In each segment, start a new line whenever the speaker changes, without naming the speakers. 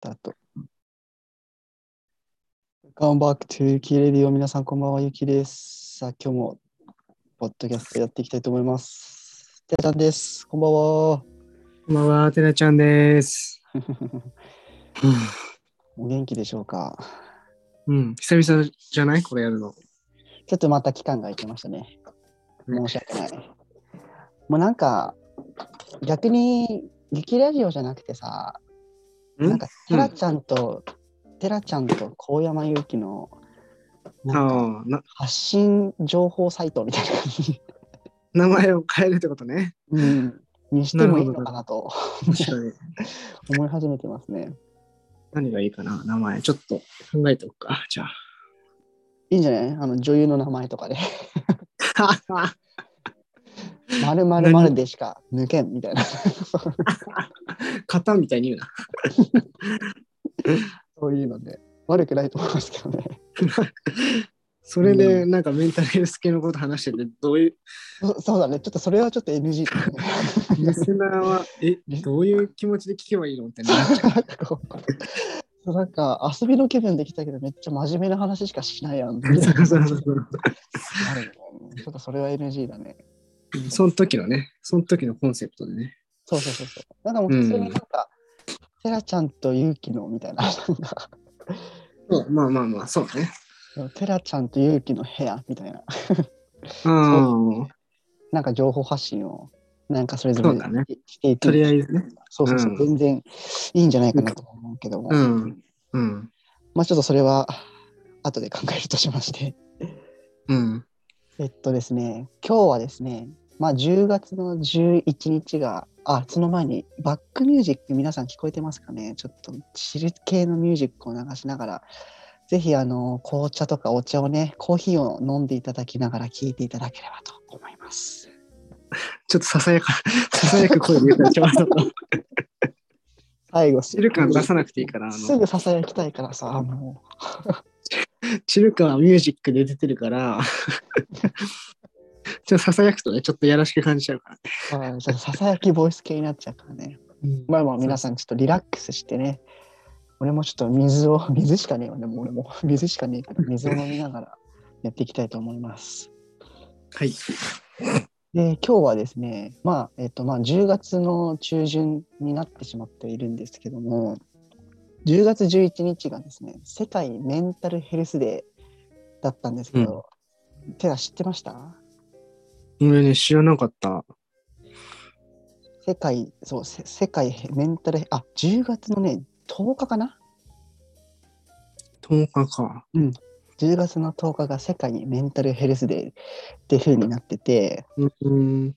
だと。Welcome back to ゆきレディオ。皆さん、こんばんは。ゆきです。さあ、今日も、ポッドキャストやっていきたいと思います。てらちゃんです。こんばんは。
こんばんは、てなちゃん です。
お元気でしょうか。
うん、久々じゃないこれやるの。
ちょっとまた期間が空いてましたね。申し訳ない。もうなんか、逆に、ゆきラジオじゃなくてさ、
ん
なんか、てらちゃんと、てらちゃんと高山ゆきの、なんか、
ああ、な
発信情報サイトみたいな感じ、
名前を変えるってことね。
うん、にしてもいいのかなと
確かに。
思い始めてますね。
何がいいかな名前。ちょっと考えておくか。じゃ
いいんじゃないあの女優の名前とかで、
あ。
まるまるまるでしか抜けんみたいな、
型みたいに言うな。
そういうので、悪くないと思いますけどね。
それで、なんかメンタルヘルス系のこと話してて、どう いう、
そそうだね、ちょっとそれはちょっと NG だね。
リスナーは、え、どういう気持ちで聞けばいいのってなっちゃ。
なんかこう、 なんか遊びの気分できたけど、めっちゃ真面目な話しかしないやん。みたいうな
そうそうそうそう。
あるよねちょっとそれは NG だね。
その時のね、その時のコンセプトでね。
そうそうそうそう。なんかもう普通になんか、テラちゃんと勇気のみたいな、なんか、
そうまあまあまあ、そうね。
テラちゃんと勇気の部屋みたいな、
ああ、
なんか情報発信を、なんかそれぞれ
そうだね
していく。
とりあえずね。
そうそうそう、
うん
全然いいんじゃないかなと思うけども、
うん。うん。
まあちょっとそれは後で考えるとしまして。
うん。
えっとですね、今日はですね、まあ、10月の11日が、あ、その前にバックミュージック皆さん聞こえてますかねちょっと汁系のミュージックを流しながら、ぜひあの紅茶とかお茶をね、コーヒーを飲んでいただきながら聞いていただければと思います。
ちょっとささやか、 ささやく声で言うから、ちょっと、
最後、す
チル感出さなくていいから、あ
す
の、
ぐささやきたいからさ、もう、
チル感はミュージックで出てるから、 ちょっとささやくとね、ちょっとやらしく感じちゃうからね。
あーちょっとささやきボイス系になっちゃうから ね。まあまあ皆さんちょっとリラックスしてね、俺もちょっと水を、 水しかねえわね、もう俺も水しかねえから水を飲みながらやっていきたいと思います。
はい。
で、今日はですね、まあ、えっとまあ10月の中旬になってしまっているんですけども、10月11日がですね、世界メンタルヘルスデーだったんですけど、てか知ってました
俺ね、知らなかった。
世界、そう、せ世界メンタルヘ、あ、10月のね、10日かな
10日か。
10月の10日が世界メンタルヘルスデーって風になってて、
うん。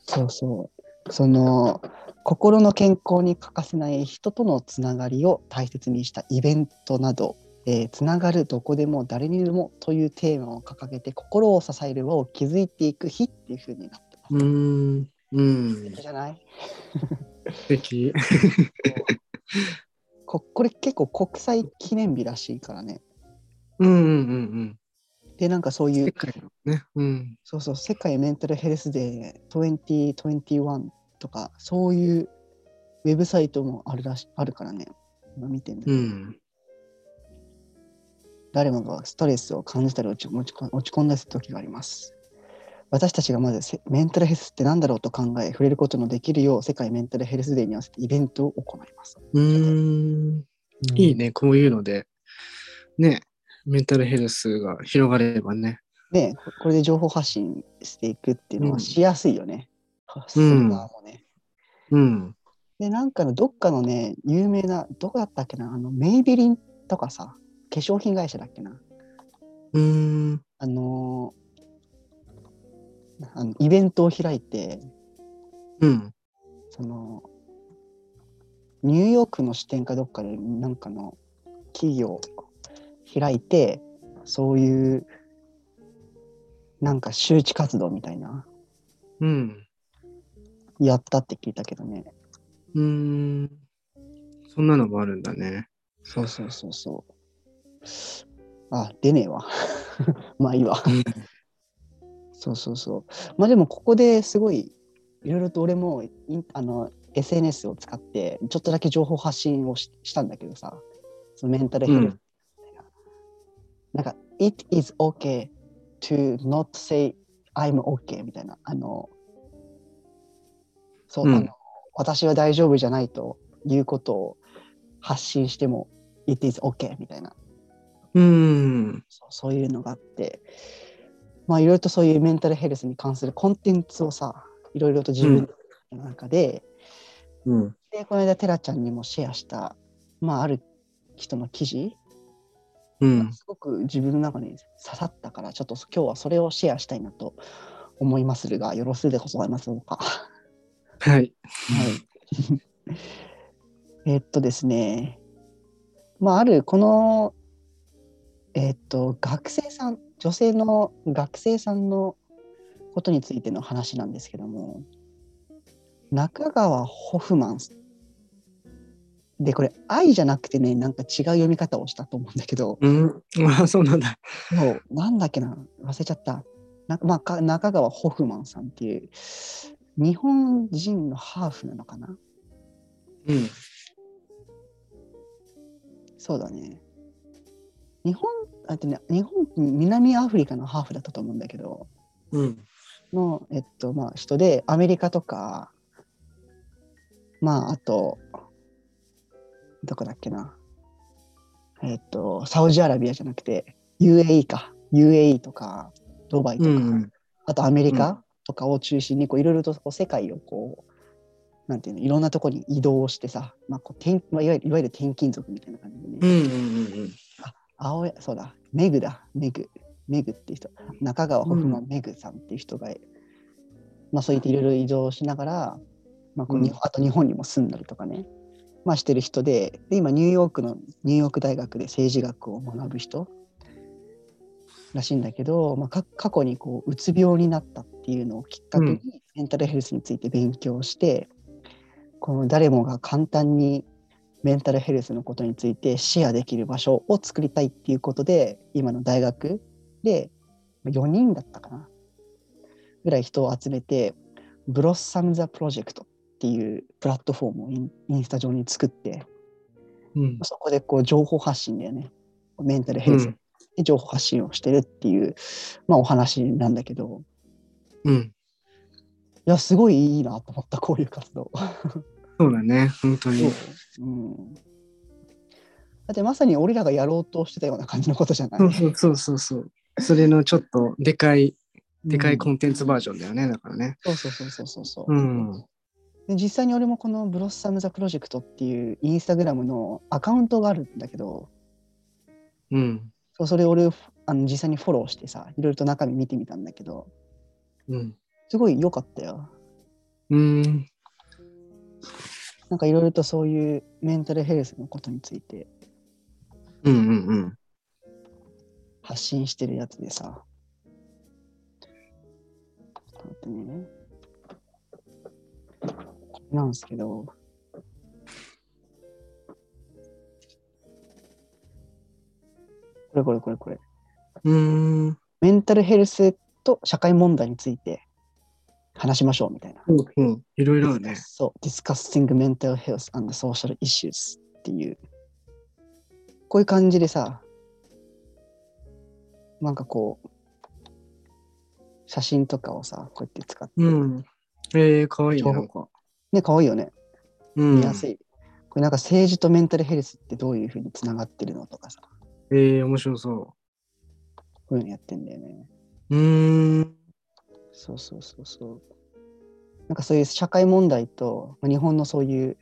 そうそう、その心の健康に欠かせない人とのつながりを大切にしたイベントなど、えーつながるどこでも誰にでもというテーマを掲げて心を支える輪を築いていく日っていう風になってます。
うん。うん。
じゃない
素敵。
ここれ結構国際記念日らしいからね。
うんうんうん
で、なんかそう
うん。
い
世
う、
界のね。うん。
そうそう、世界メンタルヘルスデー2021とか、そういうウェブサイトもあるらしあるからね、今見てんだけ
う
ど、
ん。
誰もがストレスを感じたり落ち落ち込落ち込んだりする時があります。私たちがまずせメンタルヘルスって何だろうと考え、触れることのできるよう、世界メンタルヘルスデーに合わせてイベントを行います。
うん。いいね、こういうので。ね、メンタルヘルスが広がればね。
ねここれで情報発信していくっていうの
う
は
ん
しやすいよね。する側もね。
うん。
で、なんかのどっかのね、有名な、どこだったっけな、あのメイビリンとかさ、化粧品会社だっけな、
うん。
あのーあのイベントを開いて、
うん。
その、ニューヨークの支店かどっかで、なんかの企業を開いて、そういう、なんか周知活動みたいな、
うん。
やったって聞いたけどね。
うーん。そんなのもあるんだね。
そうそうそうそう。あ、出ねえわ。 まあいいわ。そうそうそう。まあでもここですごいいろいろと俺もインあの SNS を使ってちょっとだけ情報発信をししたんだけどさそのメンタルヘルス、
うん
なんか「It is okay to not say I'm okay」みたいなあのそう、
うん
あの私は大丈夫じゃないということを発信しても「It is okay」みたいな
うん。
そうそういうのがあってまあいろいろとそういうメンタルヘルスに関するコンテンツをさいろいろと自分の中で、
うん。
でこの間テラちゃんにもシェアした、まあ、ある人の記事
うん。
すごく自分の中に刺さったからちょっと今日はそれをシェアしたいなと思いまするがよろしいでございますろうか。は
はい。
い、 えっとですねまああるこのえっと学生さん女性の学生さんのことについての話なんですけども中川ホフマンでこれ「愛」じゃなくてねなんか違う読み方をしたと思うんだけど。
うん。あ、そうなんだ。
そう、なんだっけな、忘れちゃった。なまあ、か中川ホフマンさんっていう、日本人のハーフなのかな
うん。
そうだね。日本、あとね、日本、南アフリカのハーフだったと思うんだけど、
うん。
の、えっと、まあ、人で、アメリカとか、まあ、あと、どこだっけな。えっと、サウジアラビアじゃなくて、UAE か。UAE とか、ドバイと
う
か、
ん。
あとアメリ
う
カとかを中心にこういろいろとこう世界をこうなんていうのいろんなところに移動してさ、まあこう転まあ、いわゆるいわゆる転勤族みたいな感じでね、
うん。うん。
青やそうだメグだメグメグっていう人中川ホフマ
う
ンメグさんっていう人が、まあ、そういっていろいろ移動しながら、まあこう日本
うん
あと日本にも住んだりとかね、まあ、してる人でで今ニューヨークのニューヨーク大学で政治学を学ぶ人らしいんだけど、まあ、か過去にこううつ病になったっていうのをきっかけに、
うん
メンタルヘルスについて勉強してこの誰もが簡単にメンタルヘルスのことについてシェアできる場所を作りたいっていうことで今の大学で4人だったかなぐらい人を集めてブロッサム・ザ・プロジェクトっていうプラットフォームをインインスタ上に作って
うん。
そこでこう情報発信だよねメンタルヘルスで情報発信をしてるっていう、まあ、お話なんだけど
うん。
いやすごいいいなと思ったこういう活動。
そうだね。本当に。
うん、だってまさに俺らがやろうとしてたような感じのことじゃない、
そうそうそうそうそう。それのちょっとでかい、でかいコ
コ
ンテンツバージョンだよね。だからね。
そうそうそうそうそうそう、
うん。
で実際に俺もこのブロッサム・ザ・プロジェクトっていうインスタグラムのアカウントがあるんだけど
うん。
そうそれ俺あの実際にフォローしてさいろいろと中身見てみたんだけど
うん。
すごい良かったよ
うん。
なんかいろいろとそういうメンタルヘルスのことについて
うん。うん。うん。
発信してるやつでさちょっと待ってねこれなんですけどこれこれこれこれ
うん。
メンタルヘルスと社会問題について話しましょうみたいな。
うん。いろいろあるね。
そう、Discussing Mental Health and Social Issues っていう。こういう感じでさ、なんかこう、写真とかをさ、こうやって使って、
うん。えー、かわいいね。なんか。
ね、可愛いよね、
うん
見やすい。これなんか政治とメンタルヘルスってどういうふうにつながってるのとかさ、
えー、面白そ
こういうのやってんだよね。
う。うーん。
そうそうそうそう。なんかそういう社会問題と、まあ日本のそういう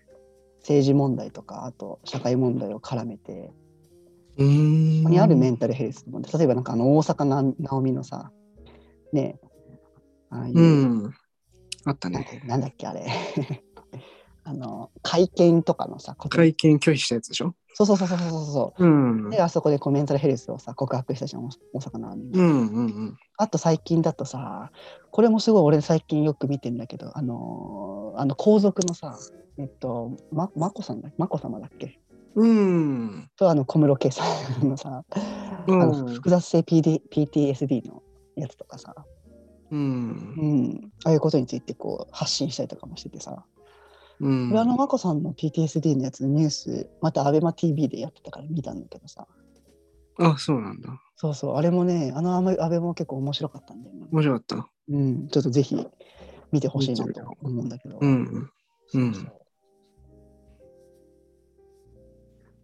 政治問題とか、あと社会問題を絡めて、
うーん。
ここにあるメンタルヘルスの問題例えばなんかあの大坂なおみのさ、ねえ、ああいう、
うん。あった
なん
ね。
なんだっけあれ、 あの、会見とかのさ、こと
会見拒否したやつでしょ
そうそうそうそうそうそうそ
うん。う
う。
ん
で、あそこでこうメンタルヘルスをさ、告白したじゃん、大坂なおみが。
うんうん。
あと最近だとさ、これもすごい俺最近よく見てんだけど、あのーあの皇族のさ、えっと、ま、眞子さんだ、眞子様だっけ
うん。
と、あの、小室圭さんのさ、
うん
あの複雑性 PD PTSD のやつとかさ、
う。
うんん、ああいうことについてこう発信したりとかもしててさ、
うん。
浦野真子さんの PTSD のやつのニュース、また ABEMATV でやってたから見たんだけどさ。
あ、そうなんだ。
そうそう、あれもね、あのアベも結構面白かったんだよね。
面白かった。
うん、ちょっとぜひ見てほしいなと思うんだけど。
うん。うん
そうそう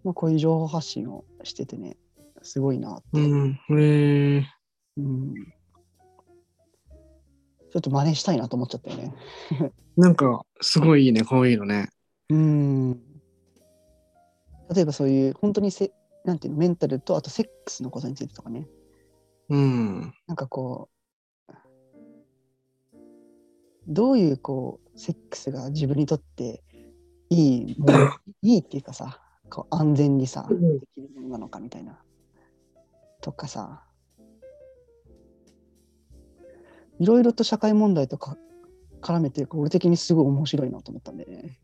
まあ、こういう情報発信をしててね、すごいなって。
うん。えー、
うんちょっと真似したいなと思っちゃったよね。
なんか、すごいいいね、こういうのね。
うん。例えばそういう、本当にせ、なんていうの、メンタルと、あとセックスのことについてとかね。
うん。
なんかこう、どういうこう、セックスが自分にとっていいもの、いいっていうかさ、こう安全にさ、できるものなのかみたいな。とかさ、いろいろと社会問題とか絡めて、俺的にすごい面白いなと思ったんでね。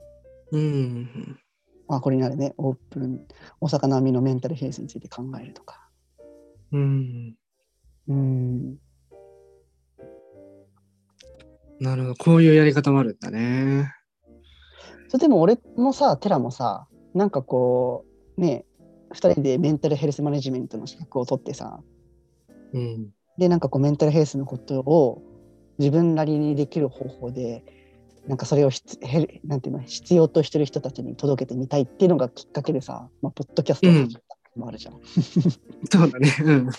うん。
まあ、これになるね、オープン、お魚みのメンタルヘルスについて考えるとか。
うん。
うん。
なるほど。こういうやり方もあるんだね。
それでも俺もさ、テラもさ、なんかこう、ね、2人でメンタルヘルスマネジメントの資格を取ってさ、
うん。
で、なんかこう、メンタルヘルスのことを自分なりにできる方法で、なんかそれをひつへるなんていうの必要としてる人たちに届けてみたいっていうのがきっかけでさ、まあ、ポッドキャスト
うん
もあるじゃん。
そうだね。うん。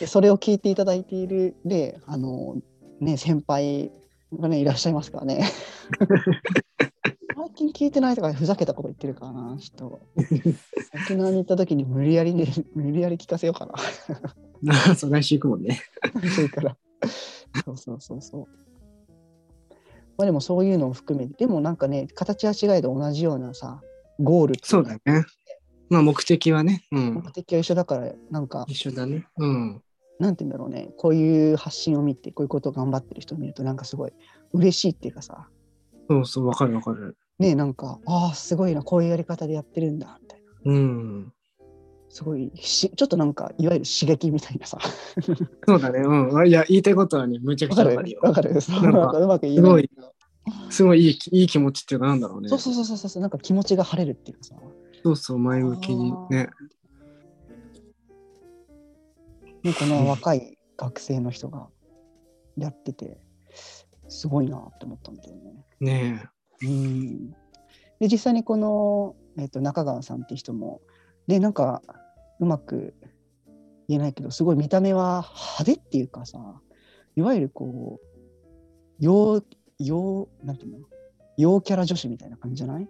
でそれを聞いていただいているであのね先輩がねいらっしゃいますから ね最近聞いてないとかふざけたこと言ってるからなちょっと沖縄に行った時に無理やりね無理やり聞かせようかな
あそう、来週行くもんね。
それからそうそうそうそうまあでもそういうのを含めてでもなんかね形は違いで同じようなさゴールっていか
そうだね。まあ、目的はね。うん
目。的は一緒だからなんか
一緒だね。うん。
なんて言うんだろうね、こういう発信を見て、こういうことを頑張ってる人を見ると、なんかすごい嬉しいっていうかさ、
そうそう、わかるわかる。
ねえ、なんか、ああ、すごいな、こういうやり方でやってるんだ、みたいな。
うん。
すごいし、ちょっとなんか、いわゆる刺激みたいなさ、
そうだね。うん。あいや、言いたいことはね、むちゃく
わか
ちゃわ
る
かるよ。
わかるそう
なんか
なんかうまく言えないんだけど
すごいいい気いい気持ちっていうか、なんだろうね。
そうそうそうそうそう、なんか気持ちが晴れるっていうかさ、
そうそう、前向きにね。
ね、この若い学生の人がやってて、すごいなって思ったんだよね。
ねえ。
うんで実際にこの、えっと中川さんって人もねなんかうまく言えないけどすごい見た目は派手っていうかさいわゆるこう陽陽なんていうの陽キャラ女子みたいな感じじゃない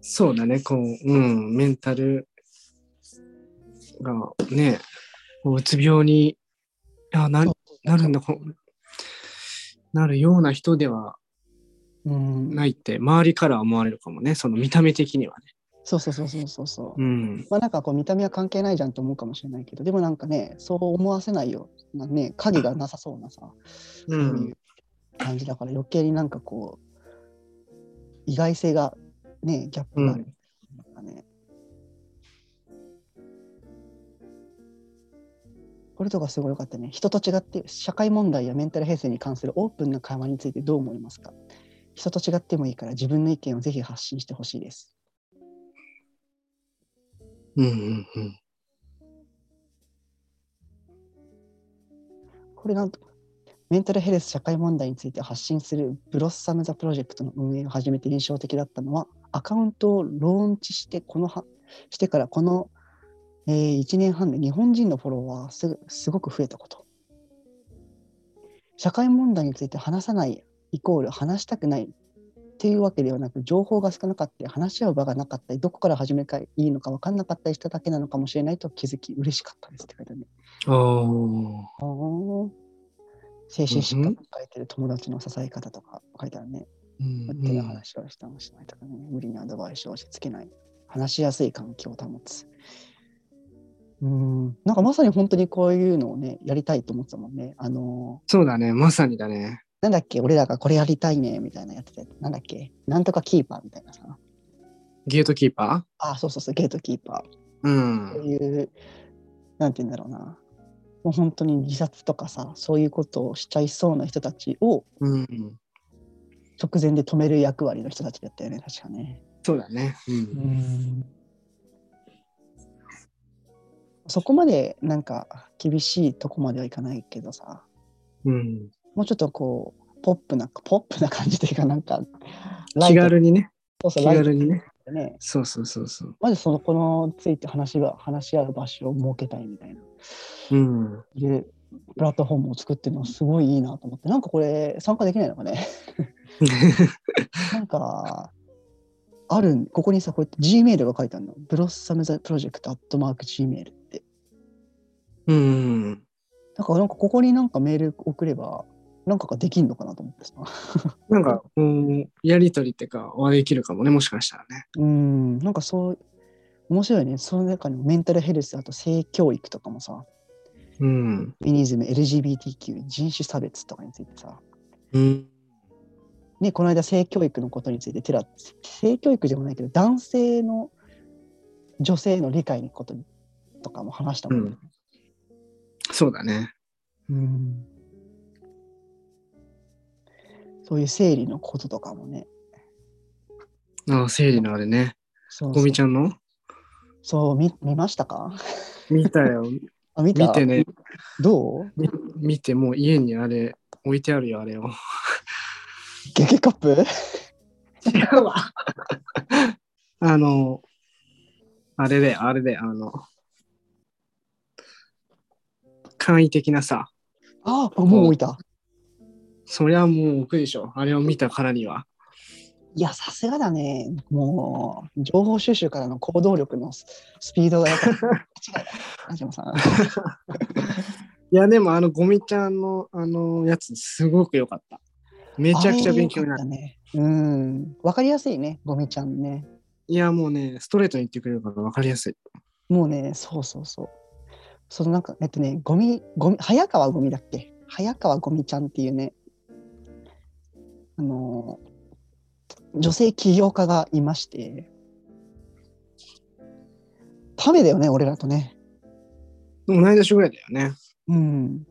そうだね、こう、うん、メンタルがね、こううつ病にあななるんだこう、なるような人では
うん、
ないって、周りからは思われるかもね、その見た目的にはね。
そうそうそうそうそうそう、
うん、
まあなんかこう見た目は関係ないじゃんと思うかもしれないけどでもなんかねそう思わせないようなね影がなさそうなさ
う
そうい
ん
う、感じだから余計になんかこう意外性がねギャップがある、なんかねこれとかすごい良かったね人と違って社会問題やメンタル平成に関するオープンな会話についてどう思いますか人と違ってもいいから自分の意見をぜひ発信してほしいです
うん、うん、うん。
これなんとメンタルヘルス社会問題について発信するブロッサム・ザ・プロジェクトの運営を始めて印象的だったのはアカウントをローンチしてこのはしてからこの、え1年半で日本人のフォロワーがすぐすごく増えたこと社会問題について話さないイコール話したくないっていうわけではなく情報が少なかったり話し合う場がなかったりどこから始めたらいいのか分かんなかったりしただけなのかもしれないと気づき嬉しかったですって書いてあるね
ああ、
あー精神疾患を抱えてる友達の支え方とか書いてあるね。
うん、う
手の
ん。
話をしたもしないとかね、無理にアドバイスを押し付けない、話しやすい環境を保つ。うん、なんかまさに本当にこういうのをね、やりたいと思ってたもんね。あの
そうだね、まさにだね。
ーなんだっけ、俺らがこれやりたいね、みたいなやってて、なんだっけ、なんとかキーパーみたいなさ。
ゲートキーパ
あ、そうそうそう、ゲートキーパー。
ーうん
こう。いう、なんて言うんだろうな。もう本当に自殺とかさ、そういうことをしちゃいそうな人たちを、
うん。
直前で止める役割の人たちだったよね、確かね。
そうだね。う。
うんん。
そこまでなんか厳しいとこまではいかないけどさ、
うん、
もうちょっとこう、ポップな、ポップな感じというか、なんか、
気軽にね。
そうそ
気
う、ライト
軽にね。
でね、
そうそうそうそう。
まずその、このついて話しは話し合う場所を設けたいみたいな。
うん。
でプラットフォームを作ってるのはすごいいいなと思ってなんかこれ参加できないのかねなんかあるんここにさこうやって Gmail が書いてあるのブロッサムザプロジェクトアットマーク Gmail って
うん。
なんかなんかここになんかメール送ればなんかができんのかなと思ってさ
なんか、うん、やりとりってか、はできるかもね、もしかしたらね。
うんなんかそう面白いねその中にもメンタルヘルスあと性教育とかもさ
うん。
フェミニズム LGBTQ 人種差別とかについてさ
うん。
ね、この間性教育のことについてテラ性教育でもないけど男性の女性の理解のこととかも話したもんね。
そうだね。
うんそういう生理のこととかもね。
ああ、生理のあれね。
そう
ゴ
そう
ミちゃんの
そう見見ましたか
見たよ。
あ見た
見てね。
どう
み見て、もう家にあれ、置いてあるよ、あれを。
ゲゲカップ
違うわ。あの、あれで、あれで、あの、簡易的なさ、
ああ、もう置いた。
そりゃもう置くでしょ。あれを見たからには。
いや、さすがだね。もう、情報収集からの行動力のススピードが やっぱ違う。安島さん。
いや、でもあの、ゴミちゃんの、あの、やつ、すごく良かった。めちゃくちゃ勉強にな
あれ
る。
良かったね。うん。わかりやすいね、ゴミちゃんね。
いや、もうね、ストレートに言ってくれるから分かりやすい。
もうね、そうそうそう。そのなんか、えっとね、ゴミ、ゴミ、早川ゴミだっけ早川ゴミちゃんっていうね、あのー、女性起業家がいまして、ためだよね、俺らとね。
同い年ぐらいだよね。
うん。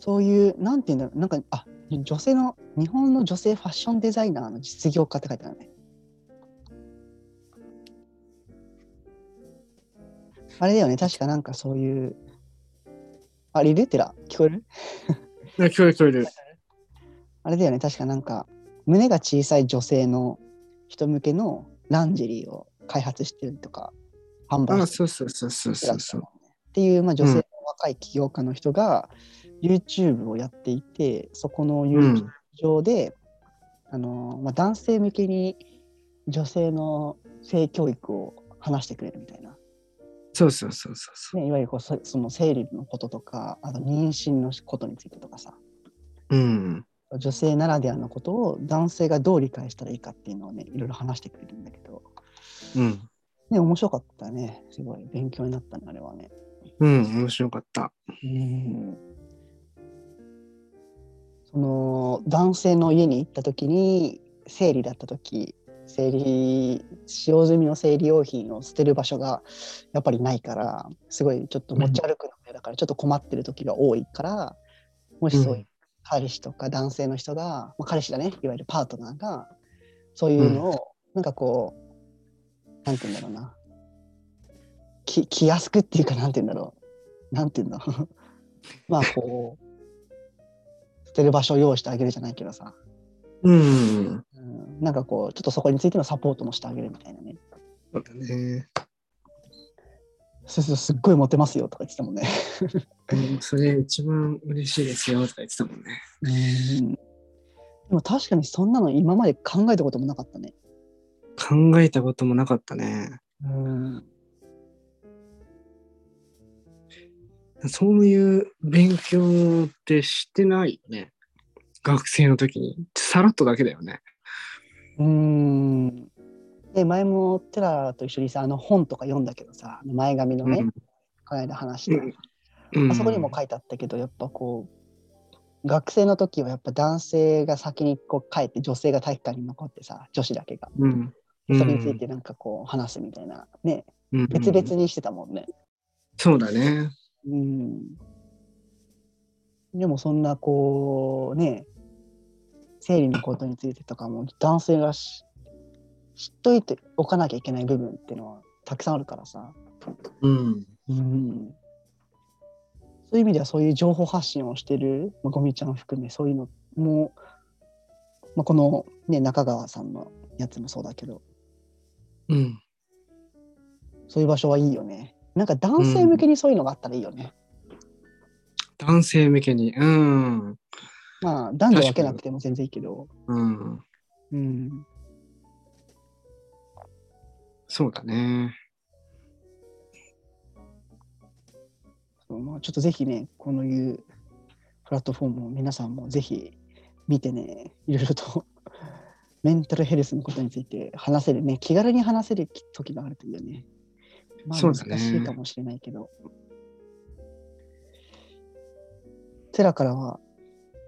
そういう、なんていうんだろう、なんか、あ、女性の、日本の女性ファッションデザイナーの実業家って書いてあるね。あれだよね、確かなんかそういう、あれいるテラ、聞こえる
いや聞こえる聞こえる。
あれだよね、確かなんか、胸が小さい女性の人向けのランジェリーを開発してるとか、販売して
あ、
る
そうそうそうそうそうそう。
っていう、まあ、女性
う
の
ん
若い起業家の人が YouTube をやっていて、そこの YouTube 上で、あのまあ、男性向けに女性の性教育を話してくれるみたいな、
そうそうそうそうそ
ね、いわゆるこうそその生理のこととかあと妊娠のことについてとかさ
う。うん。
女性ならではのことを男性がどう理解したらいいかっていうのをねいろいろ話してくれるんだけど、
うん。
ね、面白かったねすごい勉強になったねあれはね。
うん、面白かった。
うんその男性の家に行った時に生理だった時生理使用済みの生理用品を捨てる場所がやっぱりないからすごいちょっと持ち歩くのがだからちょっと困ってる時が多いから、もしそういう彼氏とか男性の人が、まあ、彼氏だねいわゆるパートナーがそういうのをなんかこう、なんて言うんだろうなき気安くっていうかなんて言うんだろうなんて言うんだろう まあこう捨てる場所を用意してあげるじゃないけどさ、
うん。
うん、なんかこうちょっとそこについてのサポートもしてあげるみたいなね
そうだね。
そうするとすっごいモテますよとか言ってたもんね
うんそれ一番嬉しいですよとか言ってたもんね。
うんでも確かにそんなの今まで考えたこともなかったね
考えたこともなかったね。
うん
そういう勉強ってしてないよね。学生の時に。さらっとだけだよね。
うーん。で前もテラと一緒にさあの本とか読んだけどさ前髪のね、
うん
この間話した、
うん
あそこにも書いてあったけどやっぱこう学生の時はやっぱ男性が先にこう帰って女性が体育館に残ってさ女子だけが
うん。うん
それについてなんかこう話すみたいなね
うん
別々にしてたもんね。
そうだね。
うんでもそんなこうね生理のことについてとかも男性がし知っといておかなきゃいけない部分っていうのはたくさんあるからさ、
うん。
うん、そういう意味ではそういう情報発信をしてる、まあ、ゴミちゃんを含めそういうのも、まあ、この、ね、中川さんのやつもそうだけど
うん。
そういう場所はいいよねなんか男性向けにそういうのがあったらいいよね、
男性向けに。うん。
まあ男女分けなくても全然いいけど、
うん。
うん、
そうだね。
そうまあ、ちょっとぜひねこのいうプラットフォームを皆さんもぜひ見てねいろいろと メンタルヘルスのことについて話せるね気軽に話せる時があるといいよね。まあ
そう
難
だね
しいかもしれないけど。テラからは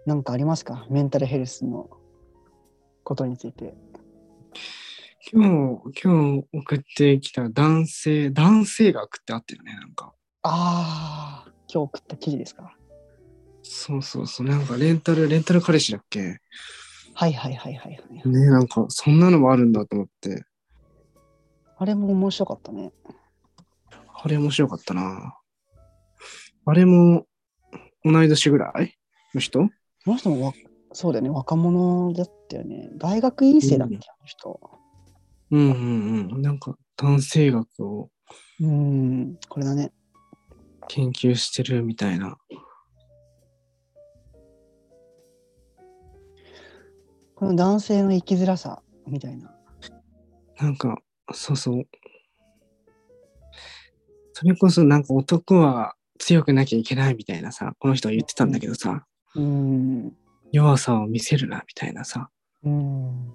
何かありますかメンタルヘルスのことについて。
今日、今日送ってきた男性、男性学ってあったよね、なんか。
ああ、今日送った記事ですか
そうそうそう、なんかレンタル、レンタル彼氏だっけ
はいはいはいはい、はい。
ね、なんかそんなのもあるんだと思って。
あれも面白かったね。
あれ面白かったな。あれも、同い年ぐらいの人
この人もわそうだよね、若者だったよね。大学院生だっけ、
う
あ
ん
の人。
うんうんうん。なんか男性学を
うん、これだね。
研究してるみたいな。
この男性の生きづらさみたいな。
なんか、そうそう。それこそなんか男は強くなきゃいけないみたいなさ、この人は言ってたんだけどさ、
うん。
弱さを見せるなみたいなさ、
うん。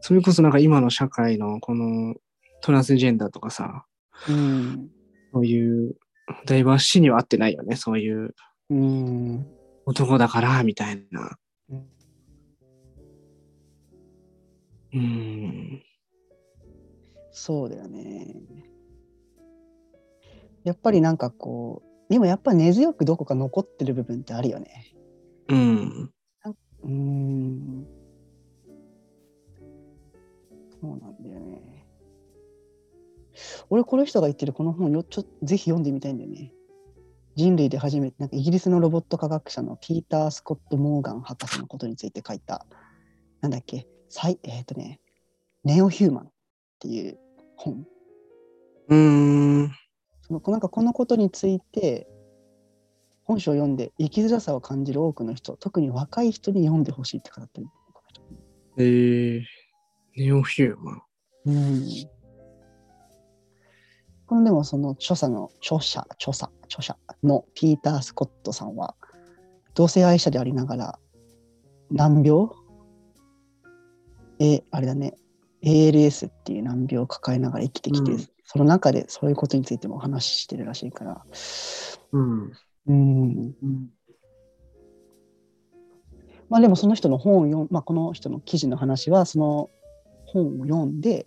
それこそなんか今の社会のこのトランスジェンダーとかさ、
うん。
そういうダイバーシティには合ってないよね、そういう
うん。
男だからみたいな。うん。
そうだよね。やっぱりなんかこう、でもやっぱ根強くどこか残ってる部分ってあるよね。
うん。
うん。そうなんだよね。俺、この人が言ってるこの本よ、ちょぜひ読んでみたいんだよね。人類で初めて、なんかイギリスのロボット科学者のピーター・スコット・モーガン博士のことについて書いた、なんだっけ、サイえっ、とね、ネオ・ヒューマンっていう本。
うん。
そのなんかこのことについて本書を読んで生きづらさを感じる多くの人特に若い人に読んでほしいって語ってるこの人
えー、ネオヒューマ
う
ン。
んこのでもその著者の著者著者著者のピーター・スコットさんは同性愛者でありながら難病えあれだね ALS っていう難病を抱えながら生きてきて、
うん
その中でそういうことについてもお話ししてるらしいから
うん。
うんまあでもその人の本を読ん、まあ、この人の記事の話はその本を読んで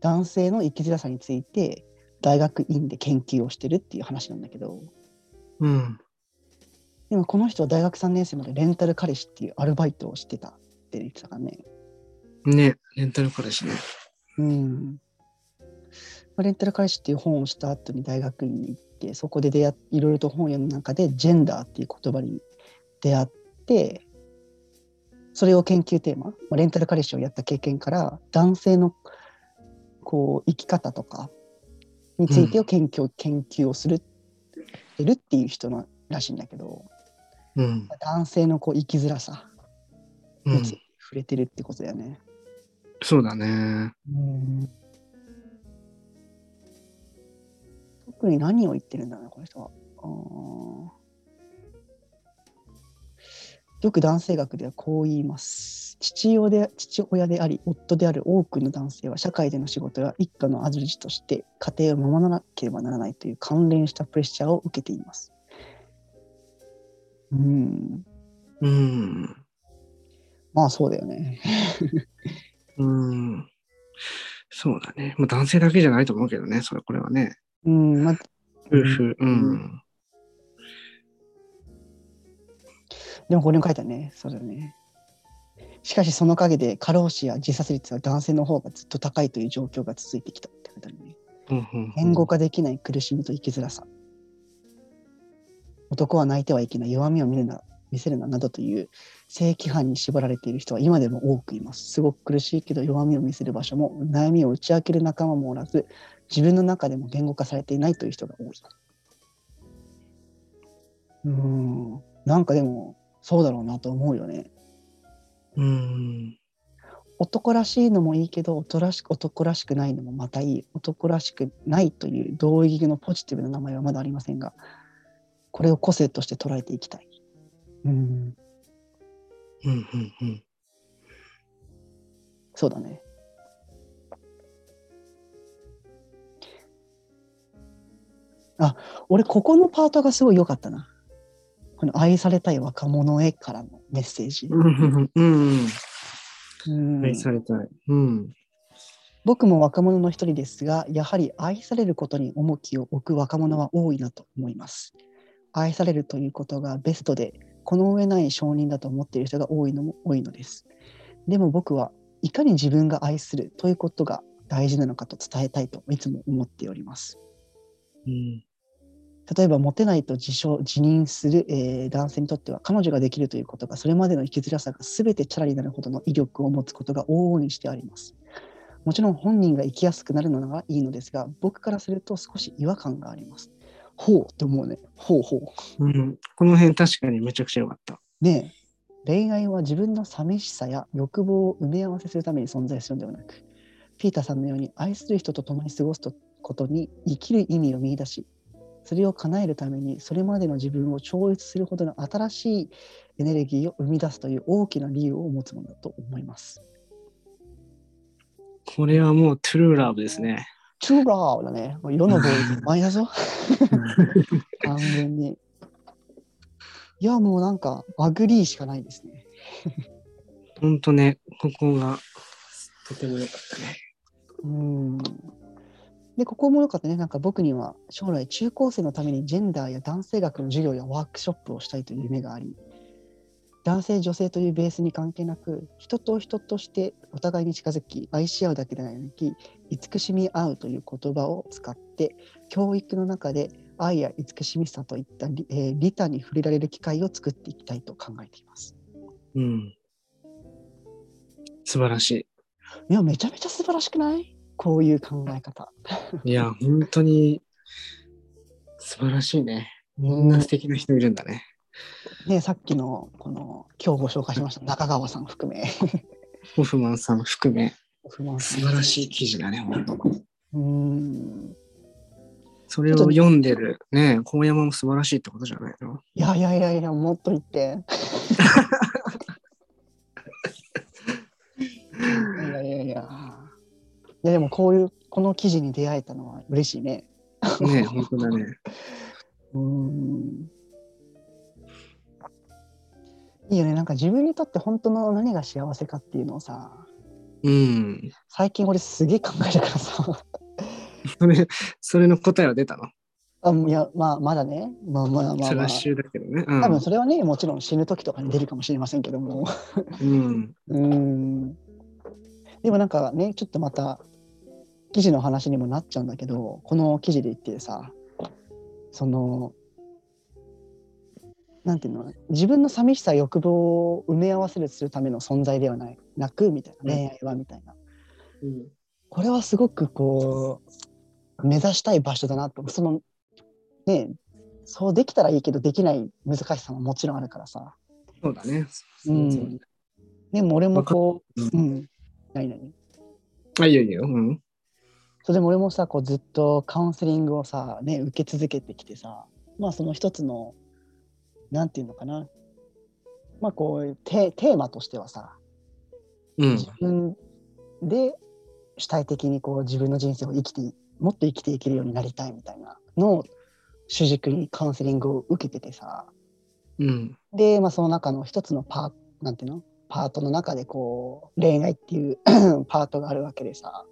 男性の生きづらさについて大学院で研究をしてるっていう話なんだけど
うん。
でもこの人は大学3年生までレンタル彼氏っていうアルバイトをしてたって言ってたからね。
ね、レンタル彼氏ね。
うんまあレンタル彼氏っていう本をした後に大学院に行ってそこで出会っいろいろと本を読む中でジェンダーっていう言葉に出会ってそれを研究テーマ、まあレンタル彼氏をやった経験から男性のこう生き方とかについてを研究,、研究をするしてるっていう人のらしいんだけど
うん。
男性のこう生きづらさ
う
に
ん
ついて触れてるってことだよね。
そうだね。
特に何を言ってるんだろうなこの人はあー。よく男性学ではこう言います。父親で父親であり、夫である多くの男性は社会での仕事や一家の主として家庭を守らなければならないという関連したプレッシャーを受けています。うん、
うん。
まあそうだよね。
うん。そうだね。まあ、男性だけじゃないと思うけどね、それ、これはね。
うん、まあ
夫婦、うん。
でもこれも書いたね。そうだよね。しかしその陰で過労死や自殺率は男性の方がずっと高いという状況が続いてきたって書いてあるね。
うんうんうん
言語化できない苦しみと生きづらさ。男は泣いてはいけない弱みを見るな見せるななどという正規範に縛られている人は今でも多くいます。すごく苦しいけど弱みを見せる場所も悩みを打ち明ける仲間もおらず自分の中でも言語化されていないという人が多い。うーんなんかでもそうだろうなと思うよね。
うん
男らしいのもいいけど男らしく男らしくないのもまたいい男らしくないという同意義のポジティブな名前はまだありませんがこれを個性として捉えていきたい。うん
うんうんうん
そうだね。あ俺ここのパートがすごい良かったな。この「愛されたい若者へ」からのメッセージ。
うんうん
うん
愛されたい。うん。
僕も若者の一人ですが、やはり愛されることに重きを置く若者は多いなと思います。愛されるということがベストで、この上ない承認だと思っている人が多いのも多いのです。でも僕はいかに自分が愛するということが大事なのかと伝えたいといつも思っております。
うん。
例えばモテないと自称自認する、えー男性にとっては彼女ができるということがそれまでの生きづらさが全てチャラになるほどの威力を持つことが往々にしてありますもちろん本人が生きやすくなるのならいいのですが僕からすると少し違和感がありますほうって思うねほうほう
うん、この辺確かにめちゃくちゃ良かった。
ねえ恋愛は自分の寂しさや欲望を埋め合わせするために存在するのではなくピーターさんのように愛する人と共に過ごすことに生きる意味を見出しそれを叶えるためにそれまでの自分を超越するほどの新しいエネルギーを生み出すという大きな理由を持つものだと思います。
これはもうトゥルーラブです ね。
チューラーだね。もう世のボーイ、前だぞ。完全に。いや、もうなんか、アグリーしかないですね。
ほんとね、ここがとても良かったね。
うんでここも良かったねなんか僕には将来中高生のためにジェンダーや男性学の授業やワークショップをしたいという夢があり男性女性というベースに関係なく人と人としてお互いに近づき愛し合うだけではなく慈しみ合うという言葉を使って教育の中で愛や慈しみさといったり、えー利他に触れられる機会を作っていきたいと考えています。
うん。素晴らし
いやめちゃめちゃ素晴らしくないこういう考え方。
い。いや、本当に素晴らしいね。こんな素敵な人いるんだね。
ね、さっきのこの今日ご紹介しました中川さん含め
ホフマンさん含め、
不満
素晴らしい記事だね、本当。
うーん
それを読んでる、ね、高山も素晴らしいってことじゃないの
いやいやいやいやもっと言っていやいやいやいやでもこういうこの記事に出会えたのは嬉しいね
ね、本当だね。
うーんいいよねなんか自分にとって本当の何が幸せかっていうのをさ
うん。
最近俺すげえ考えるからさ
それ、それの答えは出たの、
あいやまあまだねまあまあまあ、まあ、
それは週だけどね。う
多分
ん
それはねもちろん死ぬ時とかに出るかもしれませんけども
うん。
うーんでもなんかねちょっとまた記事の話にもなっちゃうんだけどこの記事で言ってさそのなんていうの自分の寂しさ欲望を埋め合わせるするための存在ではないなくみたいな
うん
恋愛はみたいなこれはすごくこう目指したい場所だなとそのねそうできたらいいけどできない難しさももちろんあるからさ、
そうだね。
うんでも俺もこう
わ、か
うん、何何
あ、いいよいいよ。うん。
それでも俺もさこうずっとカウンセリングをさ、ね、受け続けてきてさまあその一つのなんていうのかなまあこうテテーマとしてはさ
うん
自。分で主体的にこう自分の人生を生きていもっと生きていけるようになりたいみたいなのを主軸にカウンセリングを受けててさ
うん。
で、まあ、その中の一つのパーなんていうのパートの中でこう恋愛っていう パートがあるわけでさ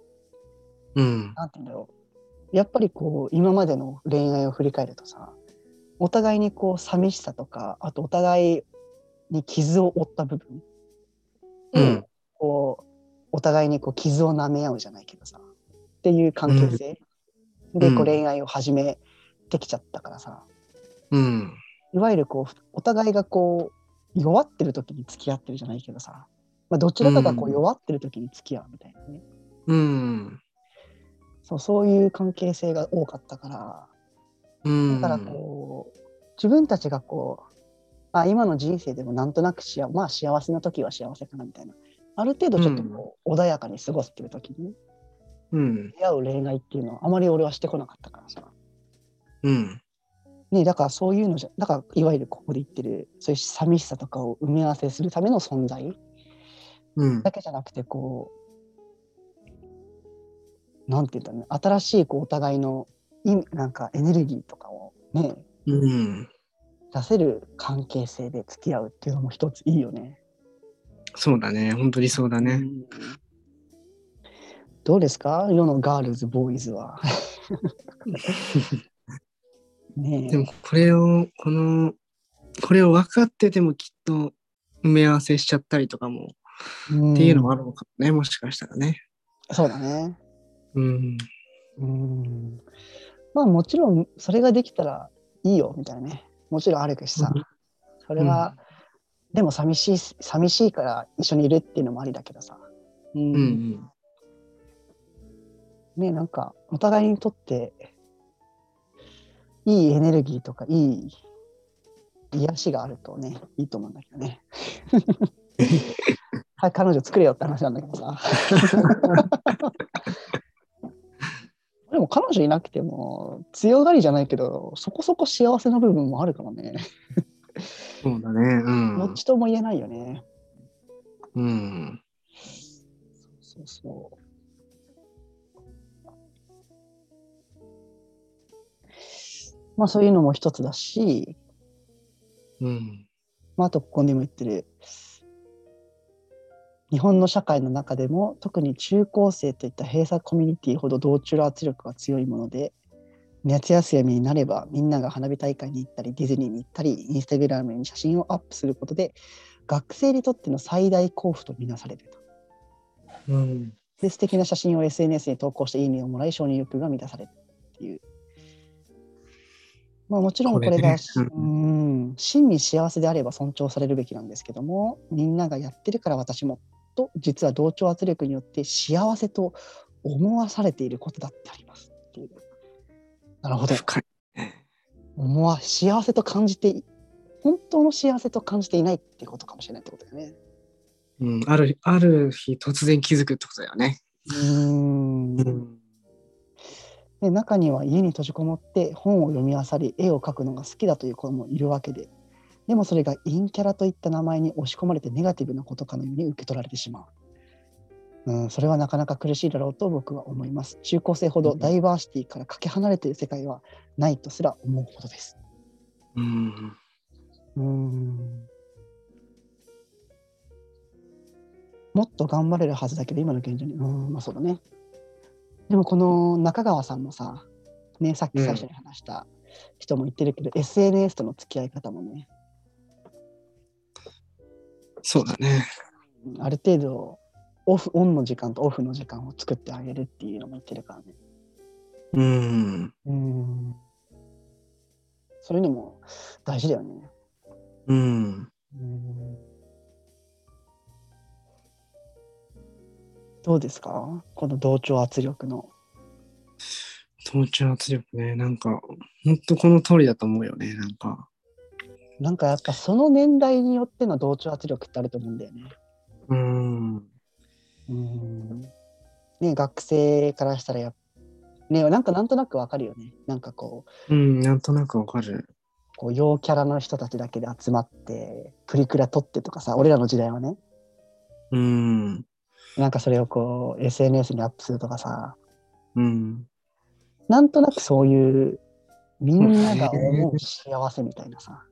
うん。
なんていうんだろうやっぱりこう今までの恋愛を振り返るとさお互いにこう寂しさとかあとお互いに傷を負った部分
うん。
をお互いにこう傷を舐め合うじゃないけどさっていう関係性でこ
う
うん恋愛を始めてきちゃったからさ
うん。
いわゆるこうお互いがこう弱ってる時に付き合ってるじゃないけどさ、まあ、どちらかがこ
う
うん弱ってる時に付き合うみたいなね、
うん。
そうそういう関係性が多かったから
うん。
だからこう、自分たちがこうあ今の人生でもなんとなくしあ、まあ、幸せな時は幸せかなみたいなある程度ちょっとこう、穏やかに過ごすっていう時に
うん。
出会う恋愛っていうのはあまり俺はしてこなかったからさ、
うん。
ね、だからそういうのじゃだからいわゆるここで言ってるそういう寂しさとかを埋め合わせするための存在
うん
だ。けじゃなくてこうなんて言ったらね新しいこうお互いの意味なんかエネルギーとかをね
うん。
出せる関係性で付き合うっていうのも一ついいよね。
そうだね。本当にそうだ
う
ね。
んどうですか世のガールズボーイズ は。ね
で
え
もこれを、この、これを分かっててもきっと埋め合わせしちゃったりとかも、
ん
っていうのもあるのかもね。もしかしたらね。
そうだね。
うん。
うんまあもちろんそれができたらいいよみたいなねもちろんあるけどさ、
うん
それは、でも寂しい寂しいから一緒にいるっていうのもありだけどさ、うん
うん。
ねなんかお互いにとっていいエネルギーとかいい癒しがあるとねいいと思うんだけど ね。はい彼女作れよって話なんだけどさ。 でも彼女いなくても強がりじゃないけどそこそこ幸せな部分もあるからね。
そうだね。うん
どっちとも言えないよね。
うん。
そうそう。まあそういうのも一つだし、
うん。
まあ、あとここにも言ってる日本の社会の中でも特に中高生といった閉鎖コミュニティほど同中の圧力が強いもので夏休みになればみんなが花火大会に行ったりディズニーに行ったりインスタグラムに写真をアップすることで学生にとっての最大交付とみなされると。
うん。
で素敵な写真を SNS に投稿していいねをもらい承認欲が満たされるっていう。まあ、もちろんこれ
これ
が、
ねう
う
ん
ん、真に幸せであれば尊重されるべきなんですけどもみんながやってるから私もと実は同調圧力によって幸せと思わされていることだってありますっていうなるほど
深い。
思わ幸せと感じてい本当の幸せと感じていないっていうことかもしれないってことだよね。
うん。ある、ある日突然気づくってことだよね。
うん
うん。
で中には家に閉じこもって本を読み漁り絵を描くのが好きだという子もいるわけででもそれが陰キャラといった名前に押し込まれてネガティブなことかのように受け取られてしまう、うん、それはなかなか苦しいだろうと僕は思います中高生ほどダイバーシティからかけ離れている世界はないとすら思うほどです
うん。
うんもっと頑張れるはずだけど今の現状にうんまあそうだねでもこの中川さんもさねさっき最初に話した人も言ってるけど、SNS との付き合い方もね
そうだね。
ある程度オフオンの時間とオフの時間を作ってあげるっていうのも言ってるからね
うん。
うんそういうのも大事だよね
うん。
うんどうですかこの同調圧力の。
同調圧力ね。なんか、ほんとこの通りだと思うよね。なんか。
なんかやっぱその年代によっての同調圧力ってあると思うんだよね。
うん。
うんね学生からしたらやっねなんかなんとなくわかるよね。なんかこう
うん、なんとなくわかる。
こう陽キャラの人たちだけで集まってプリクラ撮ってとかさ俺らの時代はね
うん。
なんかそれをこう SNS にアップするとかさ
うん。
なんとなくそういうみんなが思う幸せみたいなさ。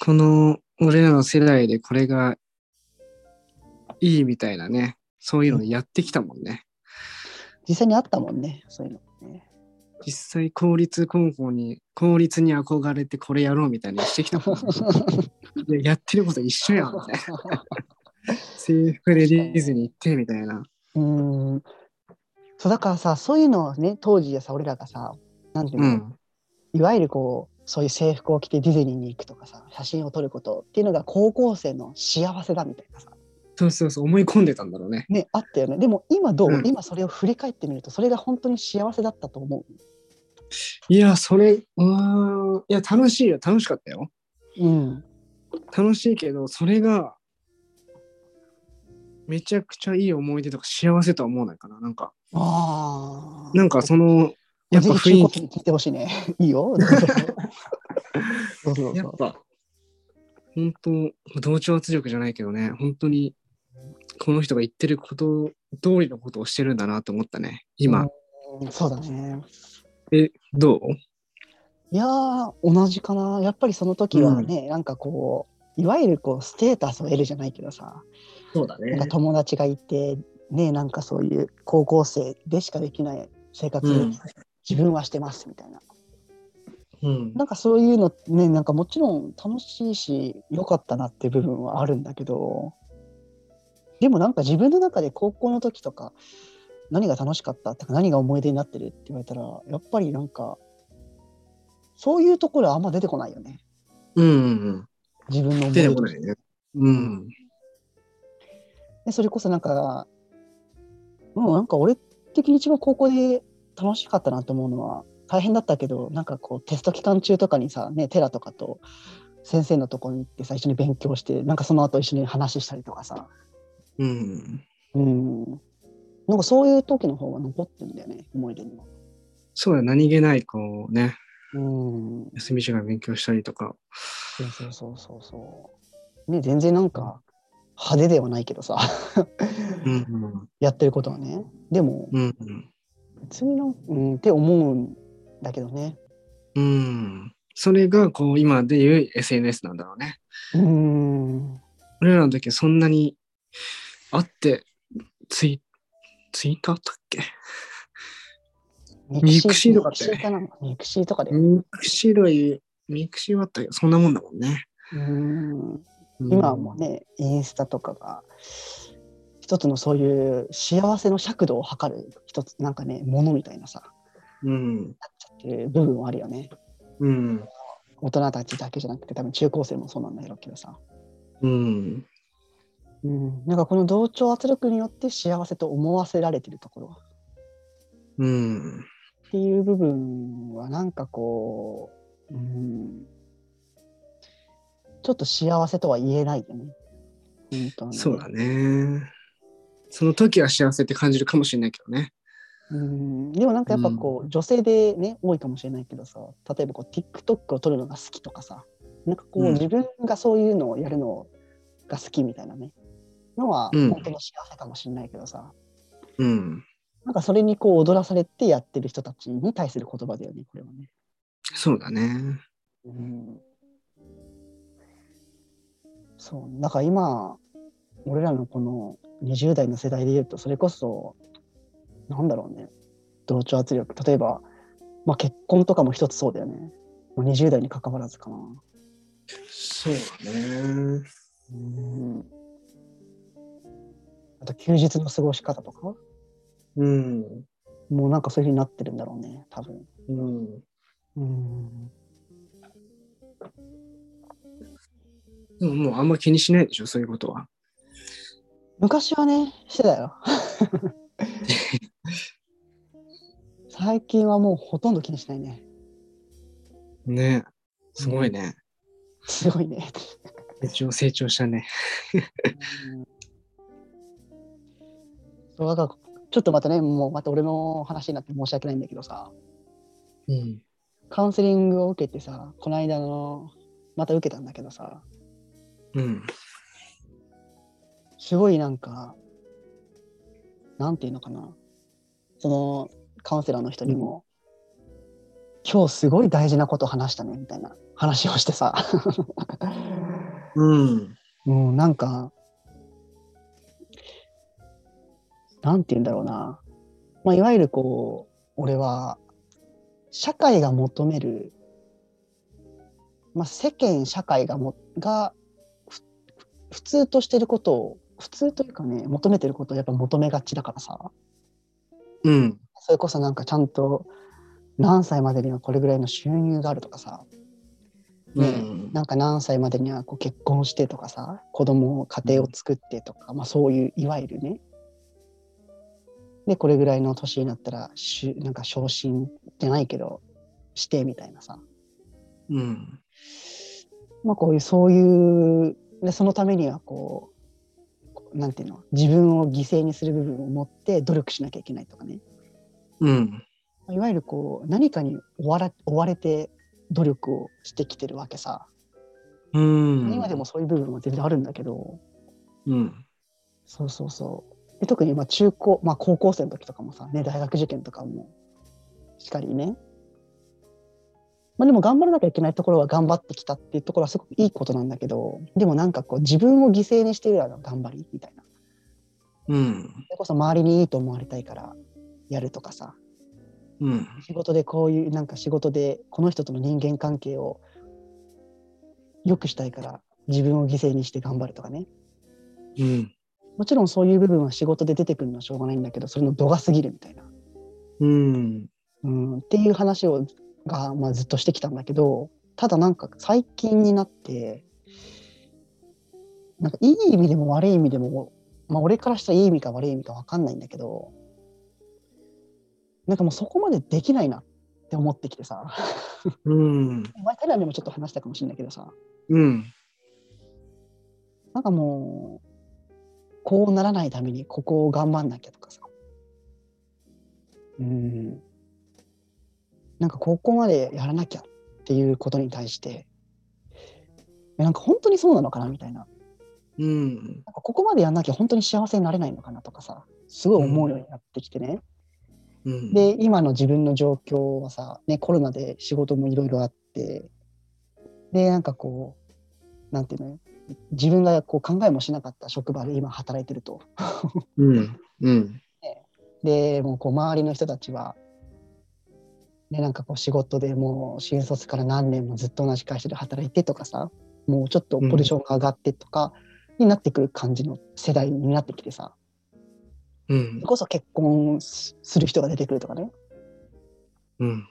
この、俺らの世代でこれがいいみたいなね。そういうのやってきたもんね。
実際にあったもんねそういうのね
実際公立高校に公立に憧れてこれやろうみたいにしてきたもんいややってること一緒やんみたいな制服でディズニー行ってみたいな
うん。そうだからさ、そういうのをね、当時はさ、俺らがさ、なんていう
う
の、
ん
いわゆるこう、そういう制服を着てディズニーに行くとかさ、写真を撮ることっていうのが高校生の幸せだみたいなさ、
そうそうそう思い込んでたんだろうね
ね、あったよね。でも今どう、
うん
今それを振り返ってみると、それが本当に幸せだったと思
いやそれうーんいや楽しいよ楽しかったよ
う。うん。
楽しいけどそれがめちゃくちゃいい思い出とか幸せとは思わないかななんか
ああ。
なんかそのやっぱ雰囲気
聞いてほしいね。いい よ。そうそう
や
そ
っ
う。
ぱ、本当、同調圧力じゃないけどね、本当に、この人が言ってること通りのことをしてるんだなと思ったね、今。
うんそうだね。
え、どう
いやー、同じかな。やっぱりその時はね、なんかこう、いわゆるこう、ステータスを得るじゃないけどさ、
そうだ
なんか友達がいて、ね、なんかそういう高校生でしかできない生活を
うん
自分はしてますみたいな。
うん。
なんかそういうのね、なんかもちろん楽しいし、良かったなっていう部分はあるんだけど、でもなんか自分の中で高校の時とか、何が楽しかったとか、何が思い出になってるって言われたら、やっぱりなんか、そういうところはあんま出てこないよね。
うんうん
自分の思
うん。
い
出
出
てこないね。うん。
でそれこそなんか、うん、なんか俺的に一番高校で楽しかったなと思うのは、大変だったけど、なんかこうテスト期間中とかにさ、ね、テラとかと先生のとこに行ってさ、一緒に勉強して、なんかその後一緒に話したりとかさ、
うん。
うん。なんかそういう時の方が残ってるんだよね、思い出には。
そうだ、何気ない、こうね、
うん。
休み時間勉強したりとか。
そうそうそうそうそう。ね、全然なんか派手ではないけどさ、
うんうん。
やってることはね。でも、
うんうん。
別になん、うん、って思うんだけどね。
うん。それが、こう、今でいう SNS なんだろうね。
うーん。
俺らの時はそんなに会ってツイツイッターだったっけ
ミ
ミクシーとかだよね
ね。ミクシーとかで。う
ミクシーだいミクシーはあったけどそんなもんだもんね。
ーん今はもうね、インスタとかが、一つのそういう幸せの尺度を測る、一つなんかね、ものみたいなさ、
うん。
なっちゃってる部分はあるよね。
うん。
大人たちだけじゃなくて、多分中高生もそうなんだろうけどさ。
うん。
うん、なんかこの同調圧力によって幸せと思わせられてるところ
うん。
っていう部分はなんかこう、うん、ちょっと幸せとは言えないよね。本当に
そうだね。その時は幸せって感じるかもしれないけどね。
うんでもなんかやっぱこう、女性でね多いかもしれないけどさ例えばこう TikTok を撮るのが好きとかさなんかこう、
うん
自分がそういうのをやるのが好きみたいなねのは
うん
本当の幸せかもしれないけどさ、
うん。
なんかそれにこう踊らされてやってる人たちに対する言葉だよねこれはね。
そうだね。
うん、そうだから今俺らのこの20代の世代で言うとそれこそなんだろうね同調圧力例えば、まあ、結婚とかも一つそうだよね、まあ、20代に関わらずかな、
そうだね。
うん、あと休日の過ごし方とか
うん。
もうなんかそういうふうになってるんだろうね多分
うん。
うん
でももうあんま気にしないでしょ、そういうことは。
昔はねしてたよ最近はもうほとんど気にしないね
ね。すごいね。
すごいね。
一応成長したね。
そうだからちょっとまたね、もうまた俺の話になって申し訳ないんだけどさ、
うん。
カウンセリングを受けてさ、この間の、また受けたんだけどさ、
うん。
すごいなんか、なんていうのかな、そのカウンセラーの人にも、今日すごい大事なこと話したねみたいな話をしてさ、
うん。
もうなんか、なんて言うんだろうな。まあ、いわゆるこう、俺は社会が求める、まあ、世間社会がもがふ普通としてることを普通というかね求めてることをやっぱ求めがちだからさ
うん。
それこそなんかちゃんと何歳までにはこれぐらいの収入があるとかさ
うん。
なんか何歳までにはこう結婚してとかさ子供を家庭を作ってとか、まあ、そういういわゆるねでこれぐらいの年になったらしゅなんか昇進じゃないけどしてみたいなさ、
うん。
まあ、こういうそういうでそのためにはこうこうなんていうの自分を犠牲にする部分を持って努力しなきゃいけないとかね
うん。
まあいわゆるこう何かに追わら追われて努力をしてきてるわけさ、
うん。
今でも。そういう部分は全然あるんだけど、
うん。
そうそうそう。で特にまあ中高、まあ、高校生の時とかもさ、ね、大学受験とかもしっかりね。まあ、でも頑張らなきゃいけないところは頑張ってきたっていうところはすごくいいことなんだけどでもなんかこう自分を犠牲にしてるような頑張りみたいな
うん。
それこそ周りにいいと思われたいからやるとかさ
うん。
仕事でこういうなんか仕事でこの人との人間関係を良くしたいから自分を犠牲にして頑張るとかね
うん。
もちろんそういう部分は仕事で出てくるのはしょうがないんだけどそれの度が過ぎるみたいな
うん。
うん、っていう話をが、まあ、ずっとしてきたんだけどただなんか最近になってなんかいい意味でも悪い意味でも、まあ、俺からしたらいい意味か悪い意味か分かんないんだけどなんかもうそこまでできないなって思ってきてさ
うん。
前からでもちょっと話したかもしれないけどさ
うん。
なんかもうこうならないためにここを頑張んなきゃとかさうんなんかここまでやらなきゃっていうことに対してえなんか本当にそうなのかなみたいな
うん。
なんかここまでやんなきゃ本当に幸せになれないのかなとかさすごい思うようになってきてね、
うん。
で今の自分の状況はさ、ね、コロナで仕事もいろいろあってでなんかこうなんていうの自分がこう考えもしなかった職場で今働いてると
うん。うん。
でもうこう周りの人たちは、ね、なんかこう仕事でもう新卒から何年もずっと同じ会社で働いてとかさもうちょっとポジションが上がってとかになってくる感じの世代になってきてさ
うん
それ。こそ結婚すする人が出てくるとかね
うん。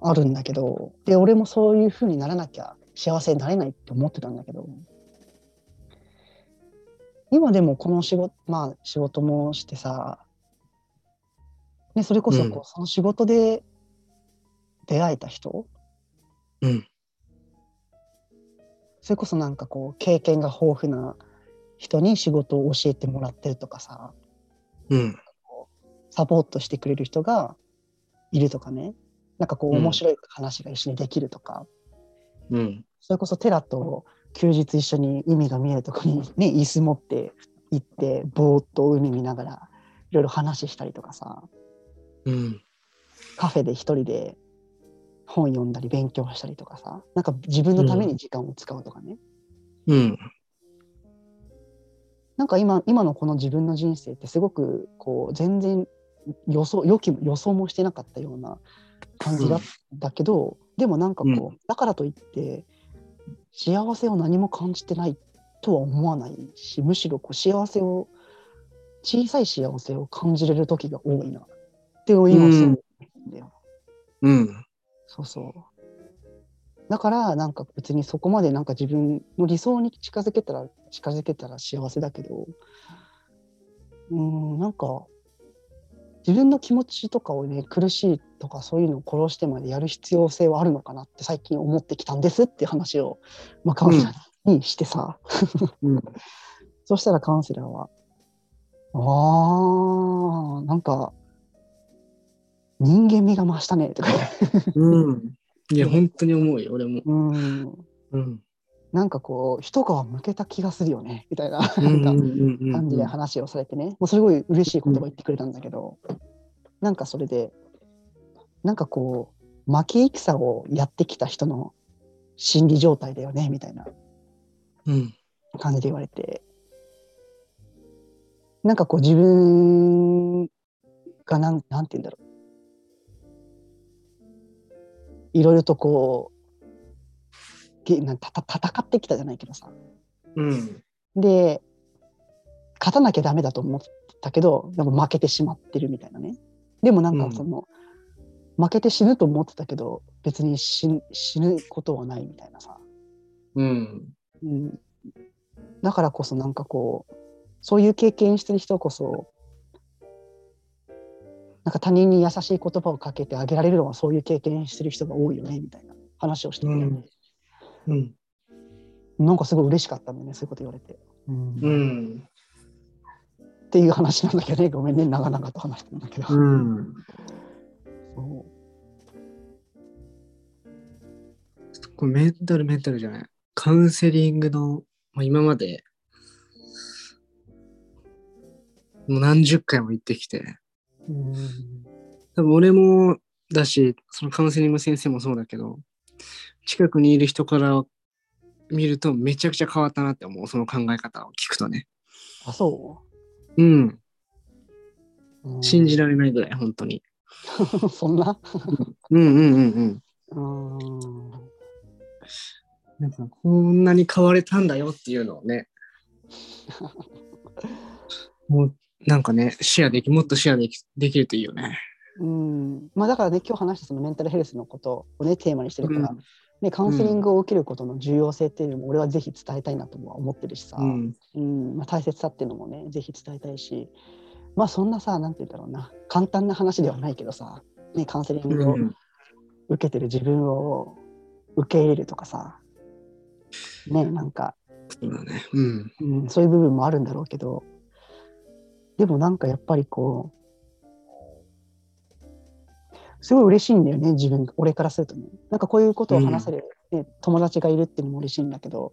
あるんだけどで俺もそういう風にならなきゃ幸せになれないって思ってたんだけど今でもこの仕事まあ仕事もしてさ、ね、それこそこう、
うん
その仕事で出会えた人
うん。
それこそなんかこう経験が豊富な人に仕事を教えてもらってるとかさ
うん。
サポートしてくれる人がいるとかねなんかこう
うん
面白い話が一緒にできるとか、
うん。
それこそテラと休日一緒に海が見えるとこにね椅子持って行ってぼーっと海見ながらいろいろ話したりとかさ
うん。
カフェで一人で本読んだり勉強したりとかさなんか自分のために時間を使うとかね、
うん。
なんか今今のこの自分の人生ってすごくこう全然予想予期予想もしてなかったような感じだだけど、でもなんかこう、
う
だからといって幸せを何も感じてないとは思わないしむしろこう幸せを小さい幸せを感じれる時が多いなって今そう思うんだよ、
うん。
そうそうだからなんか別にそこまでなんか自分の理想に近づけたら近づけたら幸せだけどうーんなんか自分の気持ちとかをね苦しいとかそういうのを殺してまでやる必要性はあるのかなって最近思ってきたんですっていう話を、まあ、カウンセラーにしてさ、
うん。
そしたらカウンセラーは「あーなんか人間味が増したね」とか
うん。いや、本当に思うよ、俺も。
うん
うん。
なんかこう一皮むけた気がするよねみたいな
う
なん
ん。
か
うん。
感じで話をされてね、もうすごい嬉しい言葉言ってくれたんだけど、なんかそれでなんかこう負け戦をやってきた人の心理状態だよねみたいな
うん。
感じで言われてなんかこう自分がなんなんて言うんだろういろいろとこうげなんたた戦ってきたじゃないけどさ
うん。
で勝たなきゃダメだと思ったけどでも負けてしまってるみたいなねでもなん
う
か
ん
その、負けて死ぬと思ってたけど別に死ぬ死ぬことはないみたいなさ、
うん。
うん、だからこそなんかこうそういう経験してる人こそなんか他人に優しい言葉をかけてあげられるのはそういう経験してる人が多いよねみたいな話をしてくれて、
うん。
なんかすごい嬉しかったんだよねそういうこと言われて、うん
う
っ
ん。
ていう話なんだけどねごめんね長々と話してるんだけど、
うん。
そう
これメンタルメンタルじゃない。カウンセリングの、もう今まで、もう何十回も行ってきて、
うん
多分俺もだし、そのカウンセリング先生もそうだけど、近くにいる人から見るとめちゃくちゃ変わったなって思う、その考え方を聞くとね。
あそ
うん。
う、うん
信じられないぐらい、本当に。
そんな、
うんうんうんうん。
うん、
なんかこんなに変われたんだよっていうのをね、もうなんかね、シェアでき、もっとシェアできできるといいよね。
うん、まあだからね今日話したそのメンタルヘルスのことをねテーマにしてるから、
うん
ね、カウンセリングを受けることの重要性っていうのも俺はぜひ伝えたいなとも思ってるしさ、
う
うん
ん、
まあ、大切さっていうのもねぜひ伝えたいしまあそんなさなんて言うんだろうな簡単な話ではないけどさ、ね、カウンセリン
う
グを
ん
受けてる自分を受け入れるとかさ、ね、なんか、
そうだね。うん。
うん、そういう部分もあるんだろうけどでもなんかやっぱりこうすごい嬉しいんだよね自分俺からするとねなんかこういうことを話せる、ね友達がいるっていうのも嬉しいんだけど、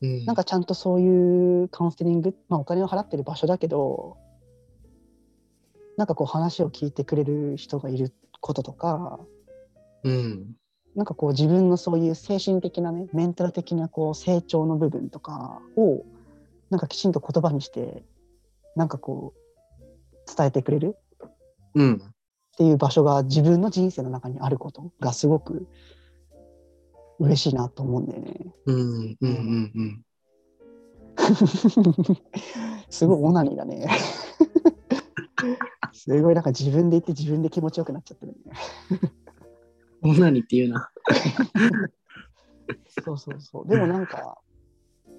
うん、
なんかちゃんとそういうカウンセリング、まあ、お金を払ってる場所だけどなんかこう話を聞いてくれる人がいることとか
うん。
なんかこう自分のそういう精神的なねメンタル的なこう成長の部分とかをなんかきちんと言葉にしてなんかこう伝えてくれる
うん。
っていう場所が自分の人生の中にあることがすごく嬉しいなと思うんだよね。
うん。うん。うん。うん。
すごいオナニーだね。 すごいなんか自分で言って自分で気持ちよくなっちゃってるね。
女にっていうな。
そうそうそう。でもなんか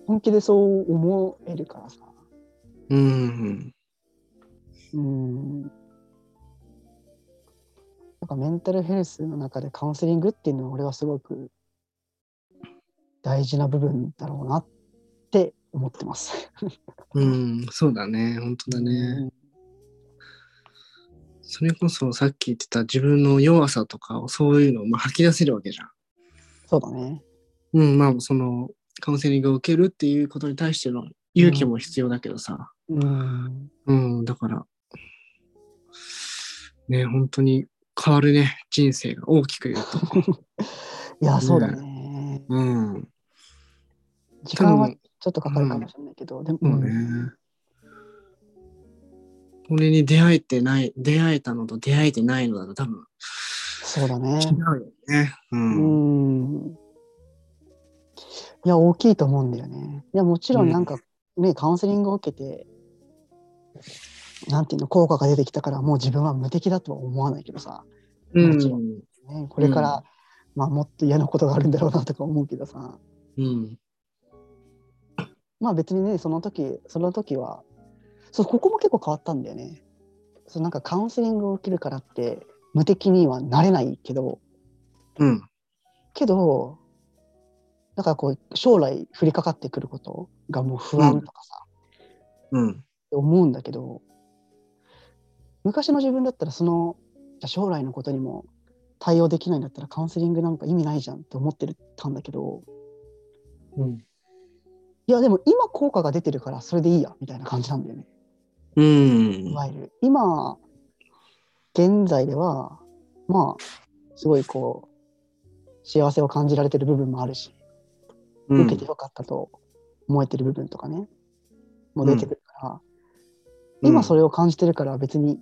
本気でそう思えるからさ。
うん。
うん。なんかメンタルヘルスの中でカウンセリングっていうのは俺はすごく大事な部分だろうなって思ってます。
うん。そうだね。本当だね。それこそさっき言ってた自分の弱さとかをそういうのをまあ吐き出せるわけじゃん。
そうだね。
うん、まあそのカウンセリングを受けるっていうことに対しての勇気も必要だけどさ、
うん。
うん、だから、ね、本当に変わるね、人生が大きく言うと。
いや、そうだね。
うん、
時間はちょっとかかるかもしれないけど、でも、
そうね。これに出会えてない、出会えたのと出会えてないのだと多分
そうだ
違
ね。
うよね。う。
うんん。いや、大きいと思うんだよね。いや、もちろんなんか、ね、カウンセリングを受けて、なんていうの、効果が出てきたから、もう自分は無敵だとは思わないけどさ、
うん。
もちろね、これから、まあ、もっと嫌なことがあるんだろうなとか思うけどさ、
うん。
まあ別にね、その時、その時は、そう、ここも結構変わったんだよね。そうなんかカウンセリングを受けるからって、無敵にはなれないけど、
うん。
けどだからこう将来降りかかってくることがもう不安とかさ、
うん。
思うんだけど昔の自分だったらそのじゃあ将来のことにも対応できないんだったらカウンセリングなんか意味ないじゃんって思ってたんだけど
うん。
いやでも今効果が出てるからそれでいいやみたいな感じなんだよね
うん
い。わゆる今現在ではまあすごいこう幸せを感じられてる部分もあるし
うん
受けてよかったと思えてる部分とかね、もう出てくるから、今それを感じてるから別に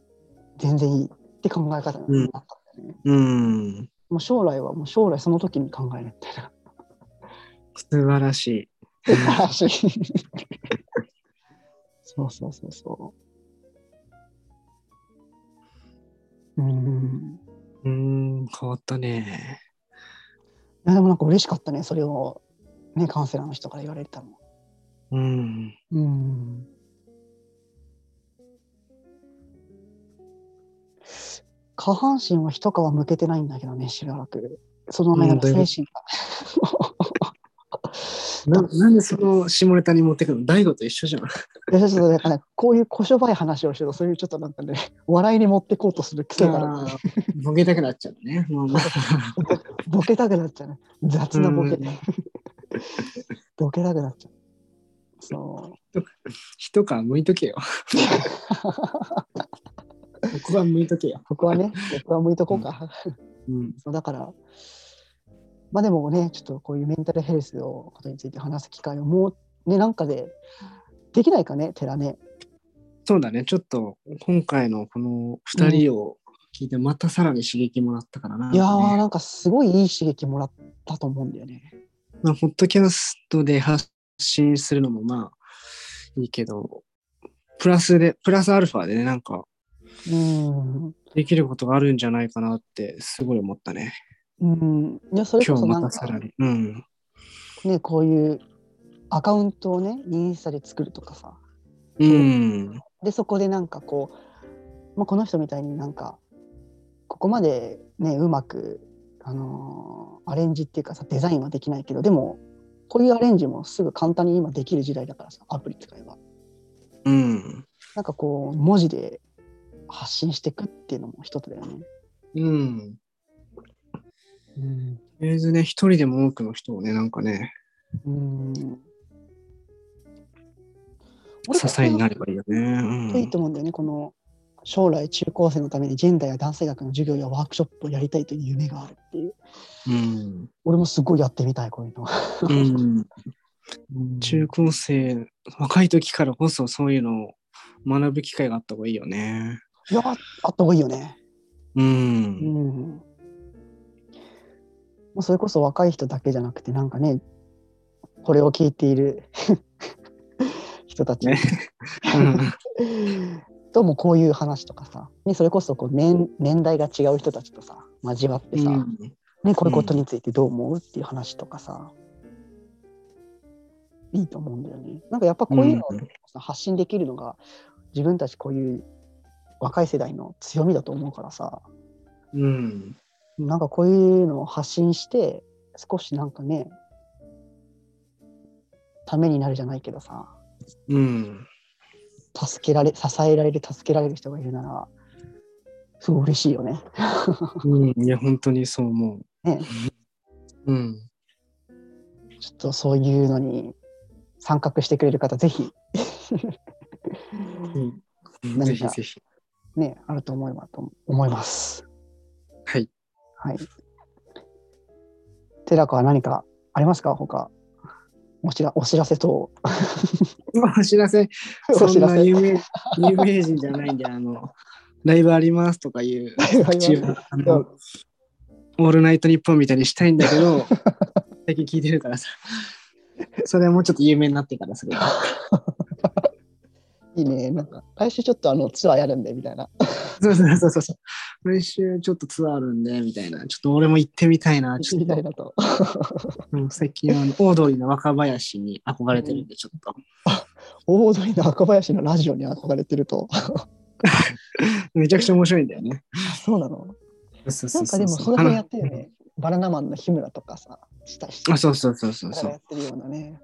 全然いいって考え方になったんだよね。
うん。
もう将来はもう将来その時に考えるみたいな。
素晴らしい。
素晴らし い。そうそうそうそう。うん。
うーん、変わったね。
いやでもなんか嬉しかったね、それを、ね、カウンセラーの人から言われたの。
うん。
うん。下半身は一皮むけてないんだけどね、しばらく。その前なんか
うんだいぶ
精神が。
ななんでその下ネタに持ってくの大悟と一緒じゃん。
いやちょっとなんかね、 こういう小商売話をしてると、そういうちょっとなんかね、笑いに持ってこうとする癖がある。
ボケたくなっちゃうね。まあまあ
ボケたくなっちゃうね。雑なボケ。
うん
ボケたくなっちゃう。そ
一皮むいとけよ。ここは向いとけよ
う。。ここはね、僕は向いとこうか。
うん。
そうだから、まあでもね、ちょっとこういうメンタルヘルスのことについて話す機会をもう、ね、なんかで、できないかね、寺ね。
そうだね。ちょっと今回のこの二人を聞いて、またさらに刺激もらったからな。
いやー、
ね
なんかすごいいい刺激もらったと思うんだよね。
まあ、ポッドキャストで発信するのもまあいいけど、プラスで、プラスアルファでね、なんか
うん。
できることがあるんじゃないかなってすごい思ったね。
うん。いや、それ
今
こ
日
そな
ま
ん
たさ、
から
に。うん。
ね、こういうアカウントをね、インスタで作るとかさ。
うん。
でそこでなんかこう、まあ、この人みたいになんかここまでねうまく、あのーアレンジっていうかさデザインはできないけどでもこういうアレンジもすぐ簡単に今できる時代だからさアプリ使えば
うん。
なんかこう文字で発信していくっていうのも一つだよね。
うん。
うん
とりあえずね、一人でも多くの人をね、なんかね、
うん
支えにな
る
ればいいよね。うん
いいと思うんだよねこの将来中高生のためにジェンダーや男性学の授業やワークショップをやりたいという夢があるっていう
うん
俺もすごいやってみたいこういうの。
うん。中高生、若い時からこそそういうのを学ぶ機会があった方がいいよね。
いやあった方がいいよね。
う。
うんん。もうそれこそ若い人だけじゃなくてなんかねこれを聞いている 人たち
ねうん
ともこういう話とかさ、ね、それこそこう年年代が違う人たちとさ交わってさ、
うん
ね、こういうことについてどう思うっていう話とかさ、いいと思うんだよね。なんかやっぱこういうのを
うん
さ発信できるのが、自分たちこういう若い世代の強みだと思うからさ、
うん。
なんかこういうのを発信して、少しなんかね、ためになるじゃないけどさ、
うん。
助けられ、支えられる、助けられる人がいるなら、すごい嬉しいよね。
うんいや、本当にそう思う。
ね
うん。
ちょっとそういうのに参画してくれる方、ぜひ、
うん
何か
ぜひぜひ。
ね、あると思えばと思います。
はい。
はい。寺川何かありますか他。お知らお知らせと、
お知らせ、
お
そ
知
ん
ら
な
せ。
有名有名人じゃないんで、あの、ライブありますとかいう口を、あの、オールナイトニッポンみたいにしたいんだけ ど、最近聞いてるからさ、それはもうちょっと有名になってからする。
いいね。なんか、来週ちょっとあのツアーやるんで、みたいな。
そうそうそうそうそう。毎週ちょっとツアーあるんで、みたいな。ちょっと俺も行ってみたいな。ちょっ
みたい
と、
だと。
うん、最近あの、オードリーの若林に憧れてるんで、ちょっと。
大通りの赤林のラジオに憧れてると。
めちゃくちゃ面白いんだよね。
そうなの
そう
な
そうんそ
か
う
でも、その辺やってるよ
あ
ね。バナナマンの日村とかさ、したし
のあ、そうそうそうそう
だか
そ
らや
う。
ってるようなね。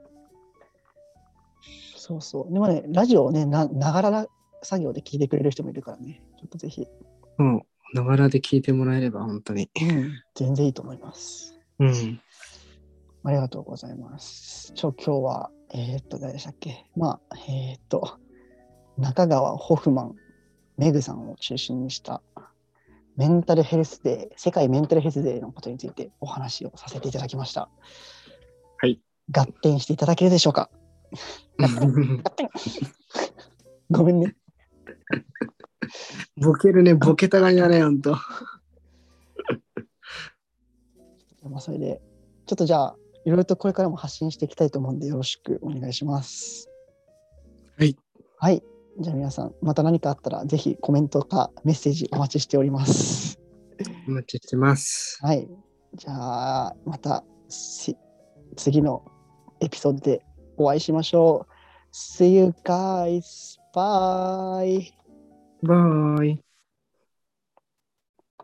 そうそう。でもね、ラジオをね、なながら作業で聞いてくれる人もいるからね。ちょっとぜひ、
うん。ながらで聞いてもらえれば、本当に。
全然いいと思います。
うん。
ありがとうございます。ちょ、今日は、えー、っと、誰でしたっけまあ、えー、っと、中川ホフマン、メグさんを中心にした、メンタルヘルスデー、世界メンタルヘルスデーのことについてお話をさせていただきました。
はい。
合点していただけるでしょうか ごめんね。
ボケるね、ボケたがりだね、ほんと。
まあ、それで、ちょっとじゃあ、いろいろとこれからも発信していきたいと思うんで、よろしくお願いします。
はい。
はい。じゃあ皆さん、また何かあったら、ぜひコメントかメッセージお待ちしております。
お待ちしてます。
はい。じゃあ、またし次のエピソードでお会いしましょう。See you guys. Bye.
バイ。